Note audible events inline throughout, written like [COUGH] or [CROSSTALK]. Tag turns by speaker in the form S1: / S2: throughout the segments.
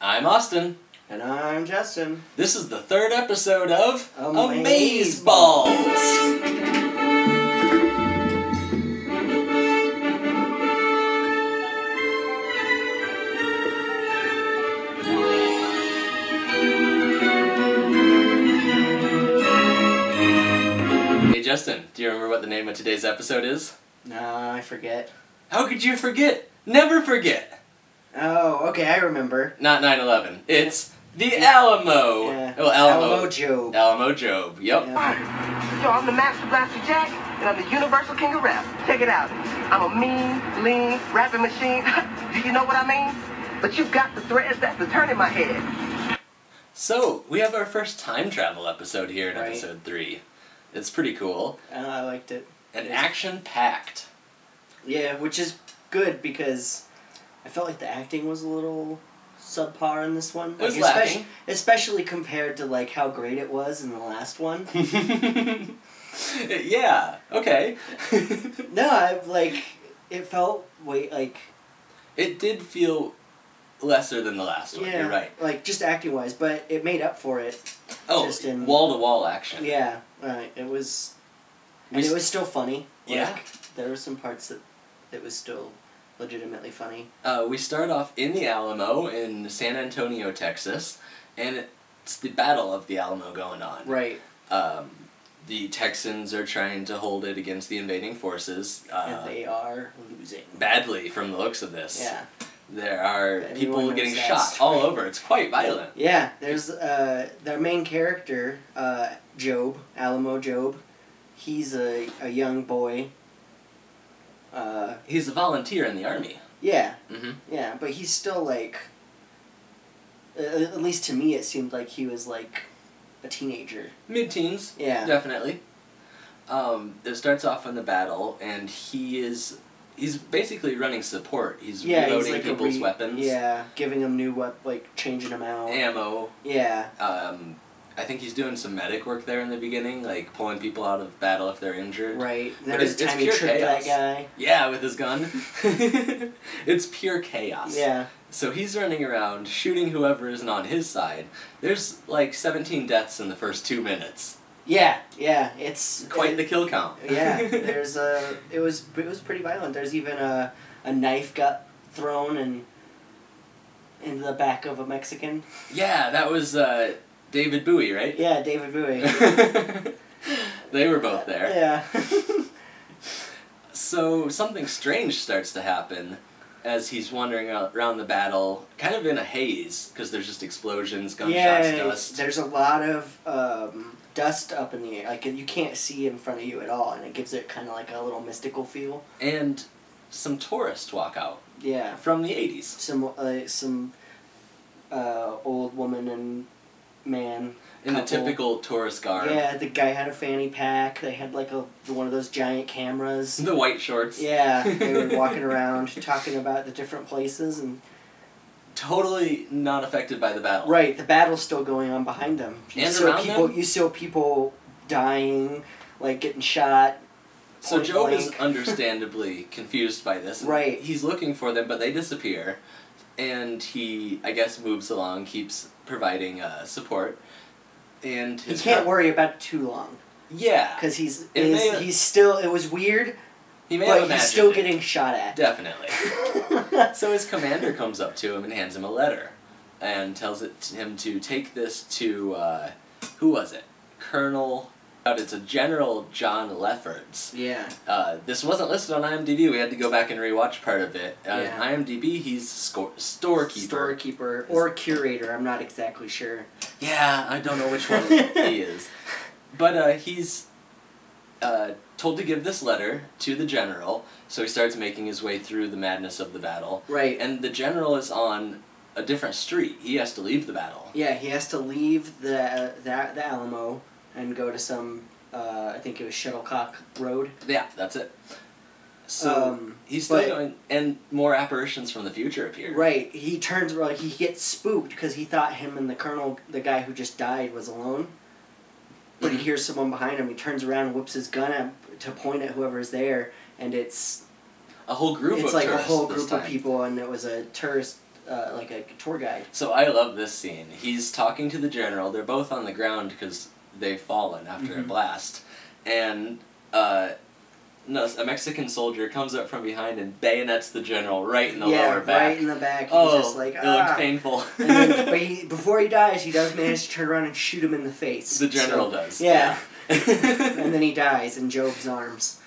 S1: I'm Austin.
S2: And I'm Justin.
S1: This is the third episode of Amaze
S2: Amaze
S1: Balls. Hey Justin, do you remember what the name of today's episode is?
S2: No, I forget.
S1: How could you forget? Never forget.
S2: Oh, okay, I remember.
S1: Not 9/11. It's the Alamo.
S2: Yeah.
S1: Well, Alamo.
S2: Joe.
S1: Alamo Job. Yep.
S2: Yeah.
S3: Yo, I'm the Master Blaster Jack, and I'm the Universal King of Rap. Check it out. I'm a mean, lean, rapping machine. [LAUGHS] Do you know what I mean? But you've got the threads that's the turn in my head.
S1: So, we have our first time travel episode here in
S2: Right.
S1: episode 3. It's pretty cool
S2: Oh, I liked it.
S1: and action packed. [LAUGHS]
S2: Yeah, which is good because I felt like the acting was a little subpar in this one.
S1: It was
S2: like, especi-
S1: lacking.
S2: especially compared to like how great it was in the last one.
S1: yeah, okay. [LAUGHS]
S2: no, I like it felt wait like
S1: it did feel lesser than the last one,
S2: yeah,
S1: you're right.
S2: Like just acting wise, but it made up for it.
S1: Oh,
S2: Just in-
S1: wall to wall action.
S2: Yeah, right. It was,
S1: We
S2: and
S1: s-
S2: it was still funny. Like,
S1: Yeah.
S2: there were some parts that it was still legitimately funny.
S1: Uh, we start off in the Alamo in San Antonio, Texas, and it's the Battle of the Alamo going on.
S2: Right.
S1: Um, the Texans are trying to hold it against the invading forces uh,
S2: and they are losing.
S1: badly from the looks of this.
S2: Yeah.
S1: There are
S2: Everyone
S1: people
S2: knows
S1: getting
S2: that
S1: shot
S2: story.
S1: all over. It's quite violent.
S2: Yeah. There's uh their main character, uh Job Alamo Job. He's a a young boy. Uh
S1: He's a volunteer in the army.
S2: yeah
S1: Mhm.
S2: yeah, but he's still like. Uh, at least to me, it seemed like he was like a teenager.
S1: Mid-teens,
S2: Yeah.
S1: definitely. Um, it starts off in the battle, and he is he's basically running support. He's
S2: Yeah,
S1: reloading
S2: he's like a
S1: people's
S2: re-
S1: weapons,
S2: Yeah, giving them new wep- like changing them out.
S1: ammo.
S2: Yeah,
S1: Um, I think he's doing some medic work there in the beginning, like pulling people out of battle if they're injured.
S2: right. There
S1: But
S2: was a
S1: it's- it's
S2: time he
S1: pure
S2: tricked
S1: chaos.
S2: that guy.
S1: Yeah, with his gun. [LAUGHS] it's pure chaos.
S2: Yeah,
S1: So he's running around shooting whoever isn't on his side. There's like 17 deaths in the first two minutes.
S2: yeah, yeah. It's
S1: Quite the
S2: it-
S1: kill count. [LAUGHS]
S2: yeah, there's a. It was it was pretty violent. There's even a a knife got thrown and into the back of a Mexican.
S1: yeah, that was uh, David Bowie, right?
S2: Yeah, David Bowie.
S1: they were both [LAUGHS] there.
S2: Yeah.
S1: So something strange starts to happen as he's wandering out- around the battle, kind of in a haze, because there's just explosions, gunshots,
S2: [LAUGHS] yeah.
S1: dust.
S2: There's a lot of um, dust up in the air. Like you can't see in front of you at all, and it gives it kind of like a little mystical feel.
S1: And some tourists walk out
S2: Yeah.
S1: from the 80s.
S2: some uh, some uh, old woman and man.
S1: In the
S2: Couple.
S1: typical tourist garb.
S2: Yeah, the guy had a fanny pack. They had like a one of those giant cameras.
S1: The white shorts.
S2: Yeah,
S1: [LAUGHS]
S2: they were walking around talking about the different places and
S1: totally not affected by the battle.
S2: right, the battle's still going on behind them. You
S1: And
S2: saw
S1: around
S2: people,
S1: them?
S2: you saw people dying, like getting shot.
S1: So
S2: point
S1: Job is
S2: blank. [LAUGHS]
S1: understandably confused by this. and
S2: Right.
S1: He's looking for them, but they disappear, and he, I guess, moves along, keeps providing uh, support, and
S2: He
S1: his
S2: can't
S1: fr-
S2: worry about it too long
S1: Yeah,
S2: because he's
S1: It may
S2: is,
S1: have-
S2: he's still. It was weird,
S1: he may have
S2: but he's
S1: imagined
S2: still
S1: it.
S2: getting shot at. [LAUGHS]
S1: definitely. [LAUGHS] so his commander comes up to him and hands him a letter, and tells it to him to take this to uh, who was it? Colonel. But it's a General John Lefferts.
S2: yeah.
S1: Uh, this wasn't listed on IMDb. We had to go back and rewatch part of it. Uh,
S2: Yeah.
S1: IMDb, he's sco- storekeeper.
S2: Storekeeper or curator, I'm not exactly sure.
S1: Yeah, I don't know which one
S2: [LAUGHS]
S1: he is, but uh, he's uh, told to give this letter to the general. So he starts making his way through the madness of the battle,
S2: Right. And
S1: and the general is on a different street. He has to leave the battle.
S2: yeah, he has to leave the uh, the, the Alamo and go to some uh, I think it was Shuttlecock Road.
S1: Yeah, that's it. So
S2: Um,
S1: he's still
S2: but-
S1: going, and more apparitions from the future appear.
S2: Right. He turns like he gets spooked because he thought him and the colonel, the guy who just died, was alone. But
S1: Mhm.
S2: he hears someone behind him. He turns around, and whips his gun at, to point at whoever's there, and it's
S1: A whole group
S2: it's
S1: of
S2: like a
S1: tourists
S2: whole
S1: this
S2: group
S1: time.
S2: of people, and it was a tourist uh, like a tour guide.
S1: So I love this scene. He's talking to the general. They're both on the ground because they've fallen after a
S2: Mhm.
S1: blast, and uh, no, a Mexican soldier comes up from behind and bayonets the general right in the
S2: yeah,
S1: lower back.
S2: right in the back. He's
S1: oh,
S2: just like
S1: it
S2: ah.
S1: looked painful.
S2: [LAUGHS]
S1: [LAUGHS]
S2: and then, but he, before he dies, he does manage to turn around and shoot him in the face.
S1: the general
S2: So-
S1: does. [LAUGHS]
S2: yeah.
S1: yeah.
S2: and then he dies in Job's arms.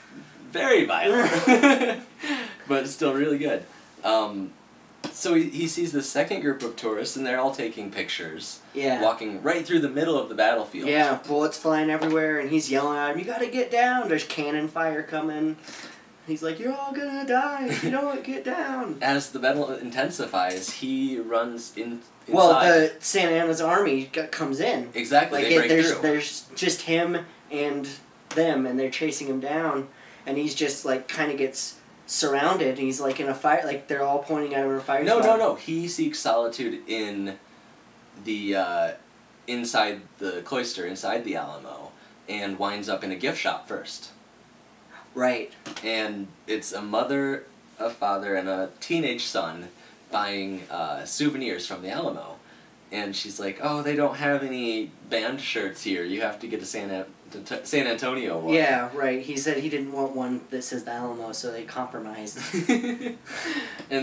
S1: very violent,
S2: [LAUGHS]
S1: [LAUGHS] but still really good. Um, so he, he sees the second group of tourists, and they're all taking pictures,
S2: Yeah.
S1: walking right through the middle of the battlefield.
S2: Yeah, bullets flying everywhere, and he's yelling at him, "You gotta get down!" There's cannon fire coming. He's like, "You're all gonna die if you don't get down."
S1: As the battle intensifies, he runs in. [LAUGHS] Inside.
S2: well, the Santa Anna's army g- comes in.
S1: exactly
S2: Like
S1: they
S2: it,
S1: break
S2: there's
S1: through.
S2: there's just him and them, and they're chasing him down, and he's just like kind of gets surrounded, and he's like in a fire, like they're all pointing at him in a fire.
S1: no, no,
S2: spot.
S1: no. He seeks solitude in the uh, inside the cloister, inside the Alamo, and winds up in a gift shop first.
S2: Right.
S1: and it's a mother, a father, and a teenage son buying uh, souvenirs from the Alamo. And she's like, "Oh, they don't have any band shirts here. You have to get a San, An- to- to- San Antonio one."
S2: Yeah, right. He said he didn't want one that says the Alamo, so
S1: [LAUGHS]
S2: they compromised
S1: and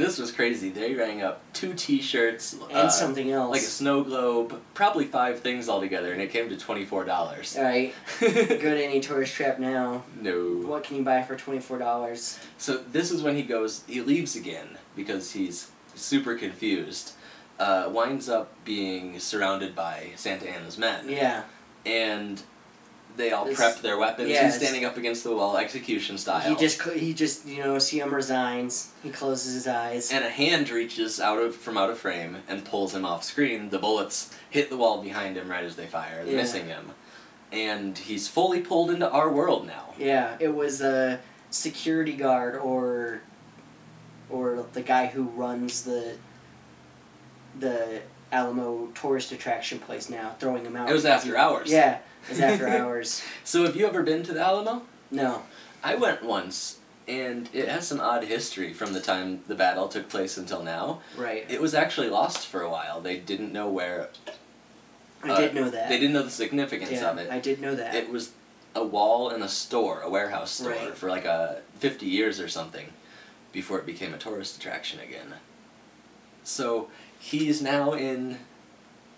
S1: this was crazy. They rang up two T-shirts
S2: and
S1: uh,
S2: something else.
S1: like a snow globe, probably five things altogether, and it came to twenty four dollars. [LAUGHS]
S2: all right. Go to any tourist trap now.
S1: no.
S2: What can you buy for twenty four dollars?
S1: So this is when he goes. He leaves again because he's super confused. Uh, winds up being surrounded by Santa Anna's men,
S2: Yeah,
S1: and they all
S2: This-
S1: prep their weapons.
S2: yeah,
S1: he's
S2: it's-
S1: standing up against the wall, execution style.
S2: he just cl- he just you know see him resigns. He closes his eyes.
S1: and a hand reaches out of from out of frame and pulls him off screen. The bullets hit the wall behind him right as they fire,
S2: Yeah.
S1: missing him. And he's fully pulled into our world now.
S2: Yeah, it was a security guard or or the guy who runs the the Alamo tourist attraction place now, throwing him out.
S1: It was after hours.
S2: Yeah, it
S1: [LAUGHS]
S2: was after hours.
S1: So have you ever been to the Alamo?
S2: No.
S1: I went once, and it has some odd history from the time the battle took place until now.
S2: Right.
S1: It was actually lost for a while. They didn't know where.
S2: I did know that.
S1: They didn't know the significance
S2: yeah,
S1: of it.
S2: I did know that.
S1: It was a wall in a store, a warehouse store,
S2: Right.
S1: for like a fifty years or something, before it became a tourist attraction again. So he's now in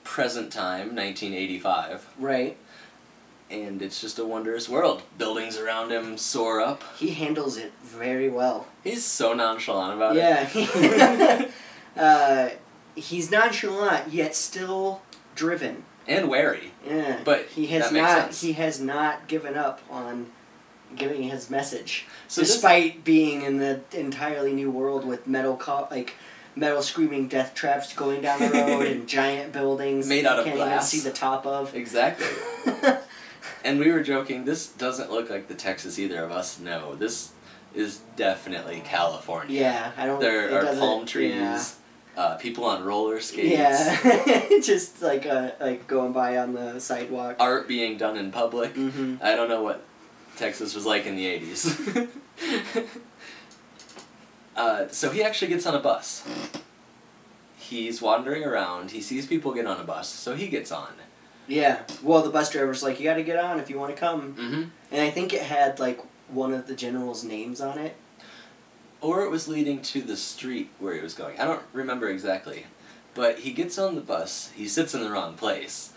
S1: present time, nineteen eighty-five,
S2: right.
S1: and it's just a wondrous world. Buildings around him soar up.
S2: He handles it very well.
S1: He's so nonchalant about it.
S2: yeah. uh, he's nonchalant yet still driven.
S1: [LAUGHS] and wary.
S2: Yeah.
S1: But
S2: he has
S1: that makes
S2: not
S1: sense.
S2: he has not given up on giving his message
S1: So this-
S2: despite being in the entirely new world with metal co- like metal screaming death traps going down
S1: [LAUGHS]
S2: the road and giant buildings
S1: Made
S2: that
S1: out
S2: you
S1: of
S2: can't
S1: glass.
S2: even see the
S1: [LAUGHS]
S2: top of.
S1: exactly. and we were joking. This doesn't look like the Texas either of us know. This is definitely California.
S2: yeah, I don't it
S1: There are
S2: doesn't-
S1: palm trees.
S2: Yeah.
S1: Uh, people on roller skates.
S2: Yeah. [LAUGHS] just like uh, like going by on the sidewalk.
S1: [LAUGHS] Art being done in public.
S2: Mhm.
S1: I don't know what Texas was like in the eighties. [LAUGHS] uh, so he actually gets on a bus. He's wandering around. He sees people get on a bus, so he gets on.
S2: Yeah. Well, the bus driver's like, "You got to get on if you want to come."
S1: Mm-hmm.
S2: And I think it had like one of the general's names on it.
S1: or it was leading to the street where he was going. I don't remember exactly. But he gets on the bus, he sits in the wrong place,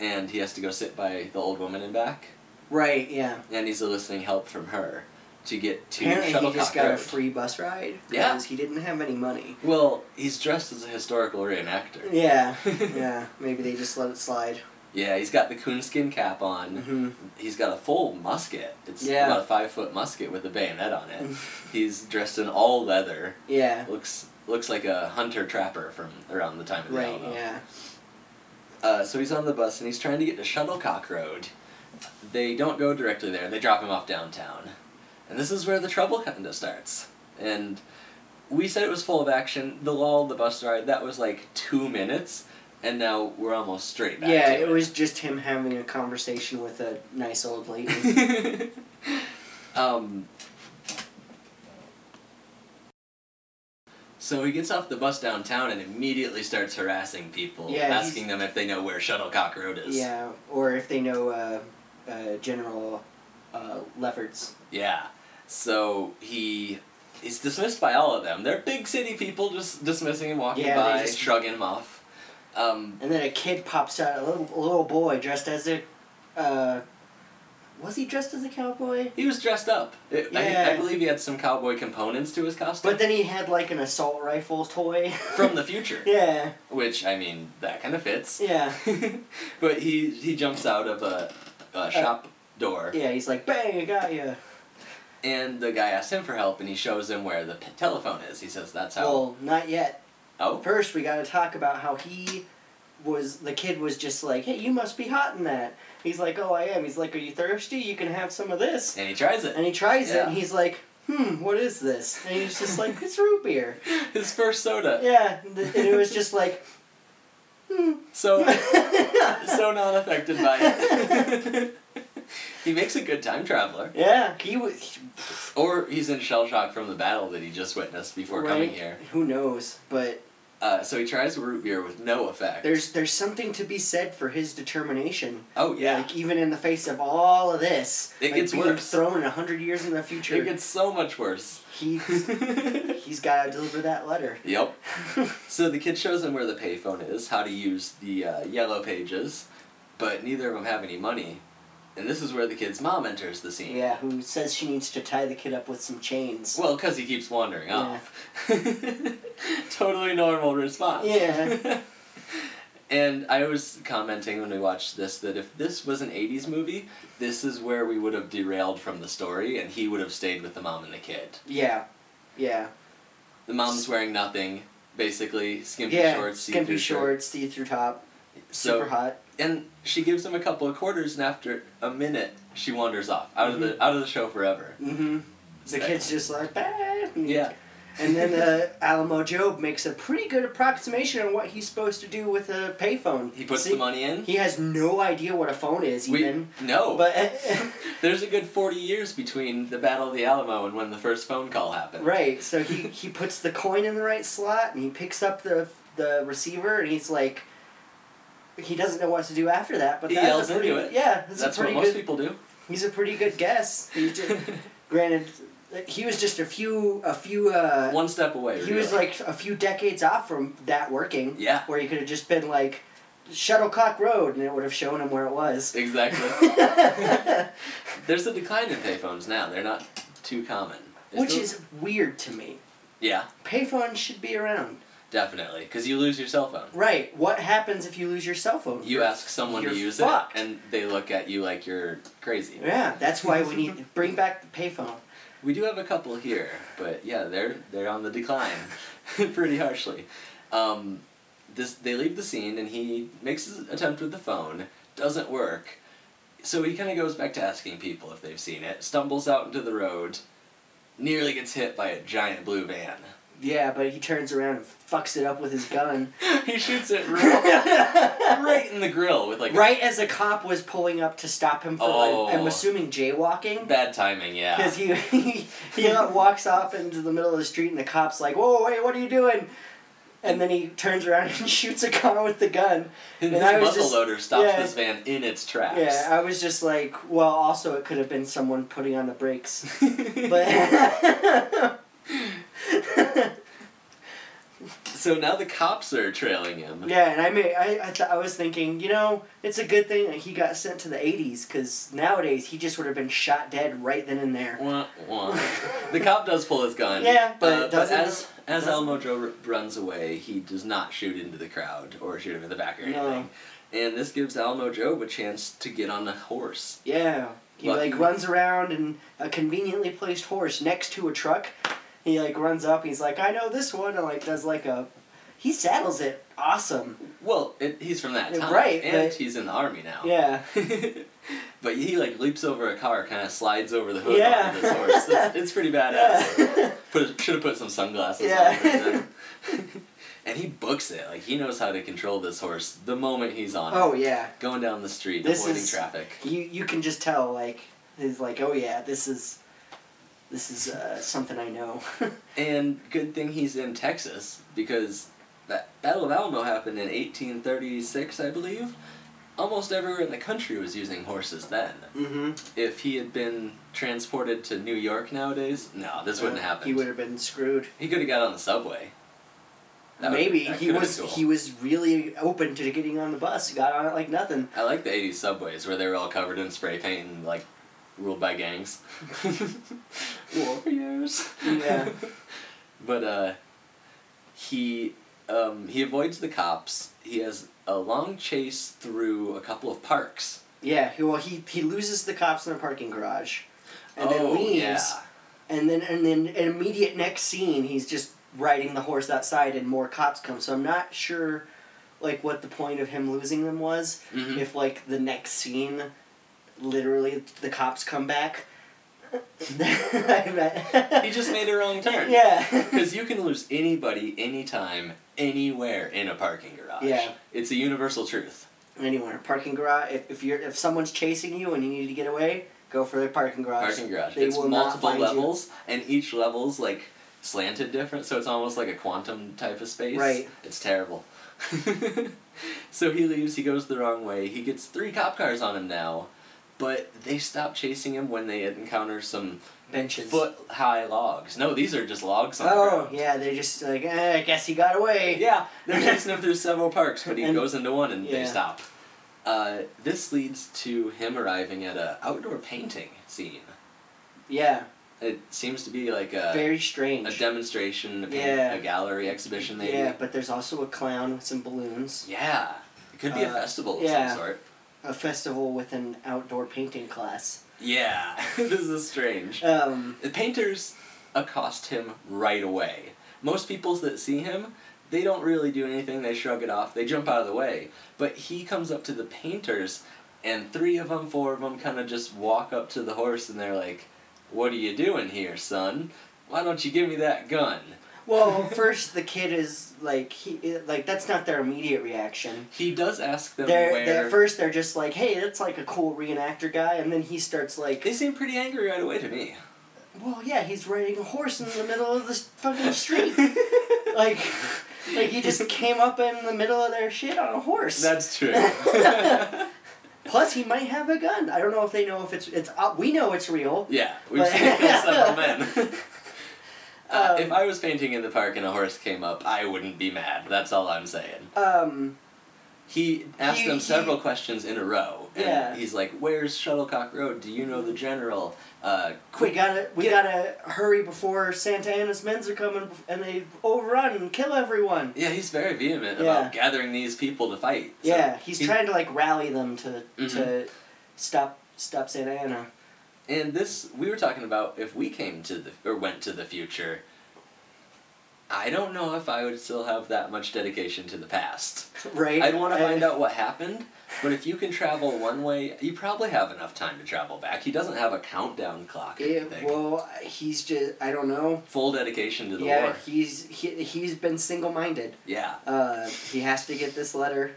S1: and he has to go sit by the old woman in back,
S2: Right, yeah.
S1: and he's eliciting help from her to get to
S2: Apparently, he
S1: Shuttlecock
S2: just got a
S1: Road.
S2: free bus ride.
S1: Yeah.
S2: Because he didn't have any money.
S1: well, he's dressed as a historical reenactor.
S2: Yeah,
S1: [LAUGHS]
S2: yeah. Maybe they just let it slide.
S1: Yeah, he's got the coonskin cap on.
S2: hmm
S1: He's got a full musket. It's
S2: Yeah.
S1: about a five foot musket with a bayonet on
S2: [LAUGHS]
S1: it. he's dressed in all leather.
S2: Yeah,
S1: Looks looks like a hunter trapper from around the time of the
S2: right,
S1: Alamo.
S2: yeah.
S1: Uh, so he's on the bus and he's trying to get to Shuttlecock Road. They don't go directly there, they drop him off downtown. And this is where the trouble kind of starts. And we said it was full of action. The lull, the bus ride, that was like two minutes, and now we're almost straight back.
S2: Yeah,
S1: to
S2: it
S1: [LAUGHS]
S2: was just him having a conversation with a nice old
S1: [LAUGHS]
S2: lady.
S1: it. um, So he gets off the bus downtown and immediately starts harassing people,
S2: Yeah, he's-
S1: asking them if they know where Shuttlecock Road is.
S2: Yeah, or if they know uh, uh, General uh, Lefferts.
S1: Yeah. So he is dismissed by all of them. They're big city people just dismissing him, walking
S2: Yeah, they
S1: by,
S2: just-
S1: shrugging him off. Um,
S2: And then a kid pops out, a little, a little boy dressed as a. Uh, was he dressed as a cowboy?
S1: he was dressed up. It- I, I
S2: Yeah.
S1: believe he had some cowboy components to his costume
S2: But then he had like an assault rifle toy. [LAUGHS]
S1: from the future,
S2: yeah,
S1: which I mean that kind of fits.
S2: yeah.
S1: but he he jumps out of a, a shop door,
S2: Uh, Yeah, he's like, bang, I got you.
S1: and the guy asks him for help, and he shows him where the p- telephone is. He says, "That's how."
S2: Well, not yet.
S1: oh,
S2: First, we gotta talk about how he was. The kid was just like, hey, you must be hot in that. He's like, oh, I am. He's like, are you thirsty? You can have some of this.
S1: and he tries it.
S2: And he tries it,
S1: Yeah.
S2: and he's like, "Hmm, what is this?" And he's just like, "It's root beer."
S1: His first soda.
S2: Yeah, and th- and it was just like, [LAUGHS] "Hmm." [LAUGHS]
S1: So so not affected by it. [LAUGHS] he makes a good time traveler.
S2: yeah, he was
S1: Or he's in shell shock from the battle that he just witnessed before coming here.
S2: Who knows? But
S1: Uh, so he tries root beer with no effect.
S2: there's there's something to be said for his determination.
S1: oh yeah,
S2: Like even in the face of all of this,
S1: It
S2: like,
S1: gets
S2: being
S1: worse.
S2: Thrown a hundred years in the future,
S1: it gets so much [LAUGHS] worse.
S2: he [LAUGHS] he's got to deliver
S1: [LAUGHS]
S2: that letter.
S1: yep. So the kid shows him where the payphone is, how to use the uh, yellow pages, but neither of them have any money. And this is where the kid's mom enters the scene.
S2: yeah, who says she needs to tie the kid up with some chains?
S1: Well, because he keeps wandering
S2: Yeah.
S1: off. [LAUGHS] totally normal response.
S2: Yeah.
S1: [LAUGHS] and I was commenting when we watched this that if this was an 80s movie, this is where we would have derailed from the story and he would have stayed with the mom and the kid.
S2: Yeah, yeah,
S1: The mom's wearing nothing, basically, skimpy
S2: yeah.
S1: shorts,
S2: skimpy
S1: see-through shirt.
S2: shorts, see through top,
S1: So,
S2: super hot.
S1: and she gives him a couple of quarters and after a minute she wanders off out of the out of the show forever.
S2: Mm-hmm. The
S1: Sick.
S2: kid's just like, "Ah."
S1: Yeah.
S2: And then uh, Alamo Job makes a pretty good approximation on what he's supposed to do with a payphone.
S1: He puts
S2: See,
S1: the money in.
S2: He has no idea what a phone is, even.
S1: we Oh. no.
S2: But [LAUGHS]
S1: There's a good 40 years between the Battle of the Alamo and when the first phone call happened.
S2: right, so he, he puts the coin in the right slot and he picks up the the receiver and he's like, he doesn't know what to do after that. But
S1: He
S2: that's
S1: yells
S2: a
S1: into
S2: pretty,
S1: it.
S2: Yeah, that's,
S1: That's
S2: a
S1: what
S2: pretty
S1: most
S2: good.
S1: people
S2: [LAUGHS]
S1: do.
S2: He's a pretty good guess. He did, granted, he was just a few a few. Uh,
S1: One step away.
S2: He was
S1: really.
S2: like a few decades off from that working.
S1: Yeah.
S2: Where he could have just been like, Shuttlecock Road, and it would have shown him where it was. [LAUGHS]
S1: exactly. There's a decline in payphones now. They're not too common. It's
S2: Which
S1: still-
S2: is weird to me.
S1: yeah,
S2: Payphones should be around.
S1: definitely, because you lose your cell phone.
S2: Right. What happens if you lose your cell phone?
S1: You ask someone
S2: you're
S1: to use
S2: fucked.
S1: it, and they look at you like you're crazy.
S2: Yeah, that's why we need to bring back the payphone.
S1: We do have a couple here, but yeah, they're they're on the decline, [LAUGHS] pretty harshly. Um, this they leave the scene, and he makes his attempt with the phone, doesn't work, so he kind of goes back to asking people if they've seen it. Stumbles out into the road, nearly gets hit by a giant blue van. [LAUGHS]
S2: Yeah, but he turns around and fucks it up with
S1: [LAUGHS]
S2: his gun.
S1: he shoots it
S2: [LAUGHS]
S1: right, right in the grill with like
S2: Right as a cop was pulling up to stop him for,
S1: Oh.
S2: I'm assuming, jaywalking.
S1: bad timing. Yeah,
S2: Because he, [LAUGHS] he he like, walks off into the middle of the street and the cop's like, "Whoa, wait, what are you doing?" And then he turns around [LAUGHS] and shoots a car with the gun.
S1: his
S2: and I was
S1: muzzle
S2: just-
S1: loader stops
S2: yeah.
S1: this van in its tracks.
S2: Yeah, I was just like, well, also it could have been someone putting on the brakes,
S1: [LAUGHS]
S2: but
S1: so now the cops are trailing him.
S2: [LAUGHS] yeah. And I may I I, th- I was thinking, you know, it's a good thing that he got sent to the '80s because nowadays he just would have been shot dead right then and there.
S1: Wah, wah. the cop does pull his gun.
S2: Yeah, but
S1: uh,
S2: it doesn't-
S1: as as
S2: doesn't-
S1: Elmo Joe r- runs away, he does not shoot into the crowd or shoot him in the back or anything.
S2: No.
S1: And this gives Elmo Joe a chance to get on a horse.
S2: Yeah. He
S1: Lucky.
S2: like runs around and a conveniently placed horse next to a truck. He like runs up. He's like, I know this one, and like does like a. He saddles it. Awesome.
S1: Well, it, he's from that
S2: Yeah,
S1: time,
S2: right,
S1: And
S2: but-
S1: he's in the army now.
S2: Yeah.
S1: [LAUGHS] but he like leaps over a car, kind of slides over the hood
S2: Yeah.
S1: onto this horse. It's, it's
S2: [LAUGHS]
S1: pretty badass.
S2: Yeah.
S1: Put, should have put some sunglasses on.
S2: Yeah.
S1: for
S2: [LAUGHS]
S1: him. [LAUGHS] and he books it. Like he knows how to control this horse the moment he's on. it.
S2: oh yeah.
S1: Going down the street,
S2: This
S1: avoiding
S2: is-
S1: traffic.
S2: You you can just tell like he's like oh yeah this is This is uh, something I know. [LAUGHS]
S1: And good thing he's in Texas because that Battle of Alamo happened in 1836, I believe. Almost everywhere in the country was using horses then.
S2: mm-hmm.
S1: If he had been transported to New York nowadays, no, this wouldn't happen.
S2: Uh, He would have been screwed.
S1: He could have got on the subway. That would've-
S2: Maybe
S1: that
S2: he
S1: could've
S2: was
S1: been cool.
S2: he was really open to getting on the bus. Got on it like nothing.
S1: I like the 80s subways where they were all covered in spray paint and like ruled by
S2: [LAUGHS]
S1: gangs. Warriors.
S2: Yeah.
S1: [LAUGHS] but uh he um he avoids the cops. He has a long chase through a couple of parks.
S2: Yeah. he- Well, he he loses the cops in a parking garage, and
S1: oh,
S2: then leaves.
S1: yeah.
S2: And then and then an immediate next scene, he's just riding the horse outside, and more cops come. So I'm not sure, like, what the point of him losing them was.
S1: Mhm.
S2: If like the next scene, literally the cops come back. [LAUGHS]
S1: He just made a wrong turn. [LAUGHS]
S2: yeah. [LAUGHS]
S1: Because you can lose anybody, anytime, anywhere in a parking garage.
S2: Yeah.
S1: It's a universal truth.
S2: Anywhere, parking garage. If, if you're if someone's chasing you and you need to get away, go for the parking garage.
S1: Parking garage.
S2: They
S1: it's
S2: will not
S1: multiple
S2: find you.
S1: levels, and each level's like slanted different, so it's almost like a quantum type of space.
S2: Right.
S1: It's terrible. [LAUGHS] so he leaves, he goes the wrong way, he gets three cop cars on him now, but they stop chasing him when they encounter some
S2: Benches.
S1: foot high logs. No, these are just logs on the
S2: Oh
S1: ground.
S2: yeah, they're just like eh, I guess he got away.
S1: Yeah, they're chasing him through several parks, but he
S2: And-
S1: goes into one and they
S2: yeah.
S1: stop. Uh, this leads to him arriving at a outdoor painting scene.
S2: Yeah,
S1: It seems to be like a
S2: very strange.
S1: a demonstration, a, paint,
S2: Yeah.
S1: a gallery exhibition, maybe.
S2: Yeah, but there's also a clown with some balloons.
S1: Yeah. It could be a
S2: Uh,
S1: festival of
S2: yeah.
S1: some sort.
S2: A festival with an outdoor painting class.
S1: Yeah. [LAUGHS] this is strange.
S2: Um,
S1: the painters accost him right away. Most peoples that see him, they don't really do anything. They shrug it off. They jump out of the way. But he comes up to the painters, and three of them, four of them, kind of just walk up to the horse, and they're like, "What are you doing here, son? Why don't you give me that gun?"
S2: well, first the kid is like he like that's not their immediate reaction.
S1: He does ask them
S2: They're,
S1: where.
S2: they're- at first they're just like, hey, that's like a cool reenactor guy, and then he starts like,
S1: They seem pretty angry right away to me.
S2: well, yeah, he's riding a horse in the middle of the s- fucking street,
S1: [LAUGHS]
S2: like, like he just came up in the middle of their shit on a horse.
S1: [LAUGHS] That's
S2: [LAUGHS]
S1: true.
S2: Plus, he might have a gun. I don't know if they know if it's it's. Uh, we know it's real.
S1: yeah, we've
S2: But- [LAUGHS]
S1: seen it kill several men. Uh,
S2: Um,
S1: if I was painting in the park and a horse came up, I wouldn't be mad. That's all I'm saying.
S2: Um,
S1: He asked
S2: He-
S1: them
S2: he-
S1: several questions in a row, and
S2: Yeah.
S1: he's like, "Where's Shuttlecock Road? Do you know the general? Uh,
S2: we
S1: quick,
S2: gotta we gotta hurry before Santa Anna's men's are coming bef- and they overrun and kill everyone.
S1: Yeah, he's very vehement
S2: Yeah.
S1: about gathering these people to fight. So
S2: yeah, he's
S1: he-
S2: trying to like rally them to to
S1: Mhm.
S2: stop stop Santa Anna.
S1: And this, we were talking about if we came to the or went to the future. I don't know if I would still have that much dedication to the past.
S2: [LAUGHS] Right.
S1: I'd want to find out what happened, but if you can travel one way, you probably have enough time to travel back. He doesn't have a countdown clock or
S2: Yeah,
S1: anything.
S2: well, he's just I don't know.
S1: Full dedication to the
S2: yeah,
S1: war.
S2: he's he, he's been single minded.
S1: Yeah.
S2: Uh, he has to get this letter.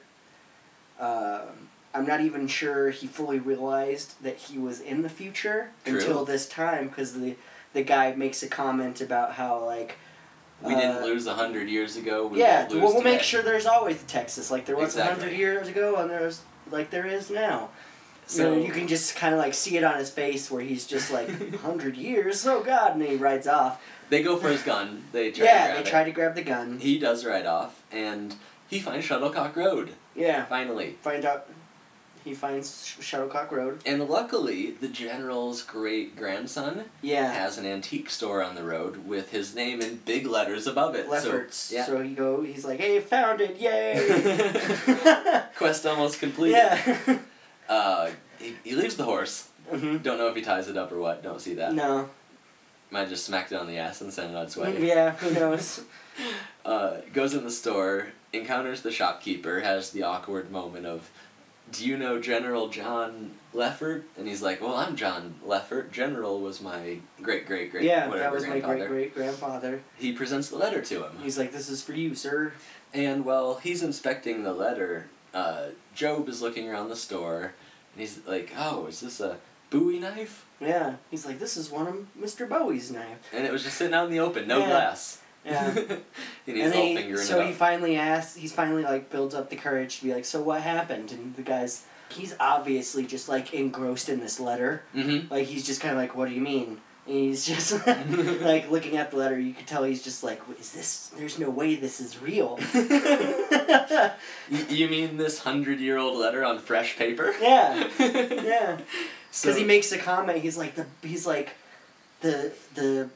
S2: Um, I'm not even sure he fully realized that he was in the future
S1: True.
S2: until this time because the the guy makes a comment about how like
S1: We
S2: uh,
S1: didn't lose a hundred years ago. We
S2: yeah
S1: won't lose
S2: we'll, we'll make
S1: today.
S2: sure there's always a Texas like there was a
S1: Exactly.
S2: hundred years ago and there's like there is now. So
S1: So
S2: you can just kind of like see it on his face where he's just
S1: [LAUGHS]
S2: like "A hundred years oh god and he rides off.
S1: they go for his gun. They try. to
S2: yeah,
S1: grab
S2: they
S1: it.
S2: try to grab the gun.
S1: He does ride off, and he finds Shuttlecock Road
S2: yeah,
S1: finally.
S2: find out he finds Sh- Shuttlecock Road.
S1: And luckily, the general's great grandson
S2: Yeah.
S1: has an antique store on the road with his name in big letters above it.
S2: Lefferts.
S1: So, yeah.
S2: So he go. He's like, "Hey, found it!
S1: [LAUGHS]
S2: Yay!" [LAUGHS]
S1: Quest almost complete.
S2: yeah.
S1: [LAUGHS] Uh, he, he leaves the horse.
S2: hmm
S1: Don't know if he ties it up or what. Don't see that.
S2: No.
S1: Might just smack it on the ass and send it on its way.
S2: Mm, Yeah. Who knows?
S1: uh, goes in the store, encounters the shopkeeper, has the awkward moment of, "Do you know General John Leffert?" And he's like, "Well, I'm John Leffert. General was my great [LAUGHS] great great
S2: yeah,
S1: whatever
S2: that was my
S1: grandfather."
S2: great great grandfather.
S1: He presents the letter to him,
S2: He's like, "This is for you, sir."
S1: and while he's inspecting the letter, uh, Job is looking around the store, and he's like, "Oh, is this a Bowie knife,
S2: Yeah, he's like, this is one of Mr. Bowie's knife.
S1: and it was just sitting out in the open, no
S2: Yeah.
S1: glass. [LAUGHS]
S2: Yeah.
S1: and he's
S2: and
S1: all
S2: they-
S1: fingering
S2: so
S1: it
S2: he
S1: up.
S2: finally asks. He's finally like builds up the courage to be like, so what happened? And the guys, he's obviously just like engrossed in this letter.
S1: mm-hmm.
S2: Like he's just kind of like, what do you mean? And he's just [LAUGHS] like looking at the letter. You could tell he's just like, is this? There's no way this is real.
S1: [LAUGHS]
S2: [LAUGHS] yeah,
S1: you mean this hundred-year-old letter on fresh paper?
S2: yeah. Because
S1: [LAUGHS] So-
S2: he makes a comment. He's like the. He's like, the the,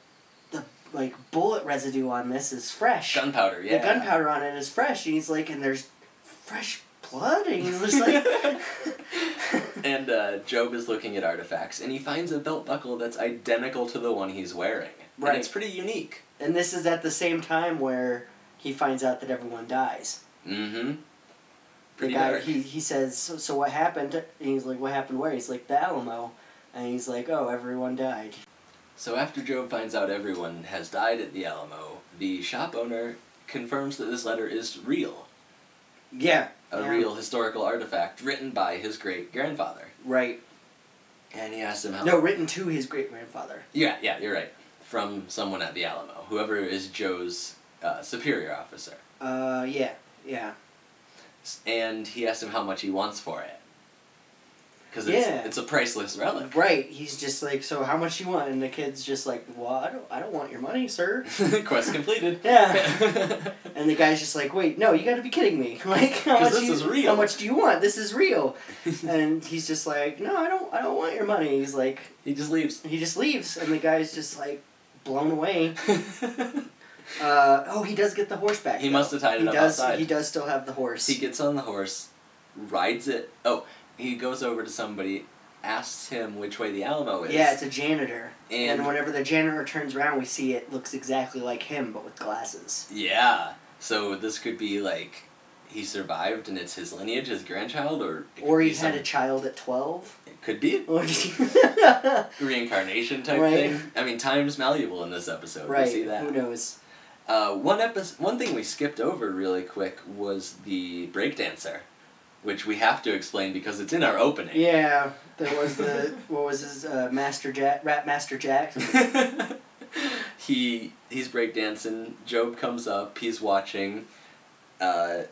S2: the like bullet residue on this is fresh.
S1: gunpowder. Yeah.
S2: the gunpowder on it is fresh. And he's like, and there's fresh blood. And he's just like,
S1: [LAUGHS]
S2: [LAUGHS]
S1: And uh, Job is looking at artifacts, and he finds a belt buckle that's identical to the one he's wearing.
S2: Right.
S1: And it's pretty unique.
S2: and this is at the same time where he finds out that everyone dies.
S1: Mm-hmm.
S2: The
S1: Pretty
S2: guy,
S1: dark.
S2: he, he says, so, so what happened? And he's like, what happened where? He's like, the Alamo. And he's like, oh, everyone died.
S1: So after Job finds out everyone has died at the Alamo, the shop owner confirms that this letter is real,
S2: Yeah.
S1: a real historical artifact written by his great grandfather.
S2: Right.
S1: And he asks him how.
S2: No, written to his great grandfather.
S1: Yeah, yeah, you're right. From someone at the Alamo, whoever is Joe's uh, superior officer.
S2: Uh, yeah. Yeah.
S1: S- And he asks him how much he wants for it. Because it's,
S2: Yeah.
S1: it's a priceless relic.
S2: Right. He's just like, so how much you want? And the kid's just like, well, I don't, I don't want your
S1: [LAUGHS]
S2: money, sir.
S1: Quest completed. [LAUGHS]
S2: Yeah. And the guy's just like, wait, no, you gotta be kidding me. [LAUGHS] Like, how
S1: 'Cause
S2: much,
S1: this
S2: you-
S1: is real.
S2: how much do you want? This
S1: [LAUGHS]
S2: is real. and he's just like, no, I don't, I don't want your money. He's like,
S1: he just leaves. [LAUGHS]
S2: he just leaves. And the guy's just like, blown away. Uh, oh, he does get the horse back.
S1: He
S2: though.
S1: must have tied it
S2: he
S1: up
S2: does,
S1: outside.
S2: He does still have the horse.
S1: he gets on the horse, rides it. Oh, he goes over to somebody, asks him which way the Alamo is.
S2: yeah, it's a janitor. And,
S1: and,
S2: whenever the janitor turns around, we see it looks exactly like him, but with glasses.
S1: yeah. So this could be like he survived and it's his lineage, his grandchild, or it could
S2: Or
S1: be
S2: he had
S1: some-
S2: a child
S1: [LAUGHS]
S2: at [LAUGHS] 12.
S1: it could be
S2: Or right.
S1: a reincarnation type
S2: Right.
S1: thing. I mean, time's malleable in this episode. We see that.
S2: Who knows?
S1: Uh, one episode, one thing we skipped over really quick was the breakdancer, which we have to explain because it's in our opening.
S2: Yeah, there was the, what was his, uh, Master Jack, Rap Master Jack?
S1: [LAUGHS] he he's breakdancing. Job comes up. He's watching. Uh,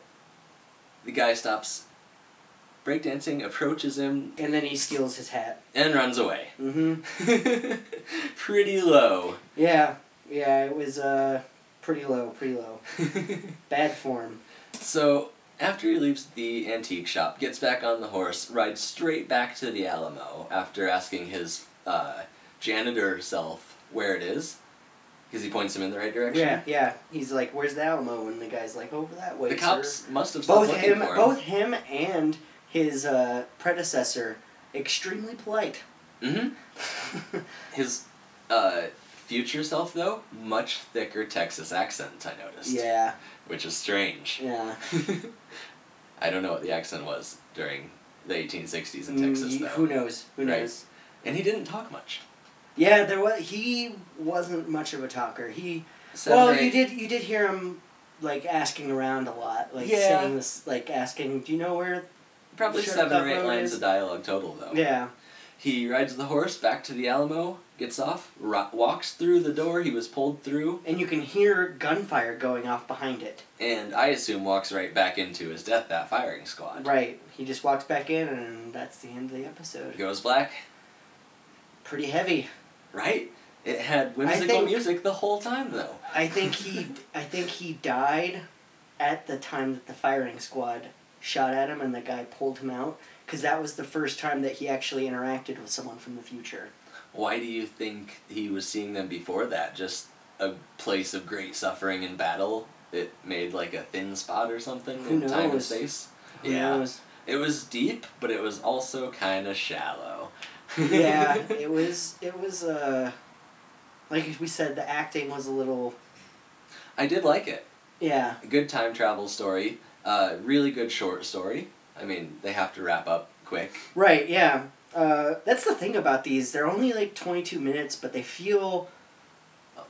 S1: the guy stops breakdancing, approaches him,
S2: And then he steals his hat.
S1: and runs away. [LAUGHS]
S2: Mm-hmm.
S1: Pretty low.
S2: Yeah, yeah, it was, uh, pretty low,
S1: [LAUGHS]
S2: pretty low. Bad form.
S1: so after he leaves the antique shop, gets back on the horse, rides straight back to the Alamo after asking his uh, janitor self where it is, because he points him in the right direction.
S2: Yeah, yeah. He's like, "Where's the Alamo?" And the guy's like, "Over that way."
S1: The
S2: sir."
S1: cops must have stopped
S2: both
S1: looking
S2: him,
S1: for him.
S2: both him and his uh, predecessor, extremely polite.
S1: hmm
S2: [LAUGHS]
S1: His uh, future self, though, much thicker Texas accent, I noticed.
S2: yeah,
S1: Which is strange.
S2: yeah.
S1: [LAUGHS] I don't know what the accent was during the 1860s in
S2: Mm,
S1: Texas,
S2: y-
S1: though.
S2: who knows? Who
S1: Right.
S2: knows?
S1: And he didn't talk much.
S2: Yeah, there was. He wasn't much of a talker. He
S1: Seven
S2: well,
S1: or eight-
S2: you did you did hear him like asking around a lot, like
S1: Yeah.
S2: saying this, like asking, "Do you know where?"
S1: Probably
S2: Shut
S1: seven
S2: up,
S1: or eight
S2: Rowan.
S1: lines of dialogue total, though.
S2: Yeah,
S1: He rides the horse back to the Alamo, gets off, ro- walks through the door he was pulled through,
S2: and you can hear gunfire going off behind it.
S1: and I assume walks right back into his death bat firing squad.
S2: Right. He just walks back in, and that's the end of the episode.
S1: Goes black,
S2: Pretty heavy.
S1: Right? It had whimsical
S2: think-
S1: music the whole time, though.
S2: I think he I think he died at the time that the firing squad shot at him and the guy pulled him out because that was the first time that he actually interacted with someone from the future.
S1: Why do you think he was seeing them before that? Just a place of great suffering and battle? It made like a thin spot or something in
S2: Who
S1: time and
S2: knows?
S1: space?
S2: Who
S1: yeah.
S2: knows?
S1: It was deep, but it was also kind of shallow.
S2: yeah, it was it was uh like we said the acting was a little
S1: [LAUGHS] I did like it.
S2: yeah,
S1: A good time travel story. Uh, really good short story. I mean, they have to wrap up quick.
S2: Right, yeah. Uh, that's the thing about these. They're only like 22 minutes, but they feel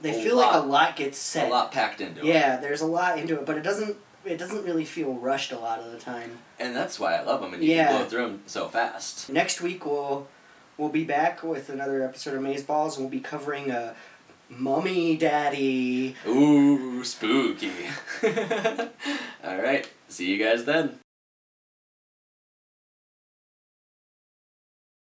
S2: they
S1: A
S2: feel like
S1: lot-
S2: a lot gets said.
S1: A lot packed into it.
S2: Yeah, there's a lot into it, but it doesn't it doesn't really feel rushed a lot of the time.
S1: And that's why I love them, and you
S2: Yeah.
S1: can blow through them so fast.
S2: Next week we'll We'll be back with another episode of Maze Balls, and we'll be covering uh, Mummy Daddy.
S1: [LAUGHS] Ooh, spooky. All right. See you guys then.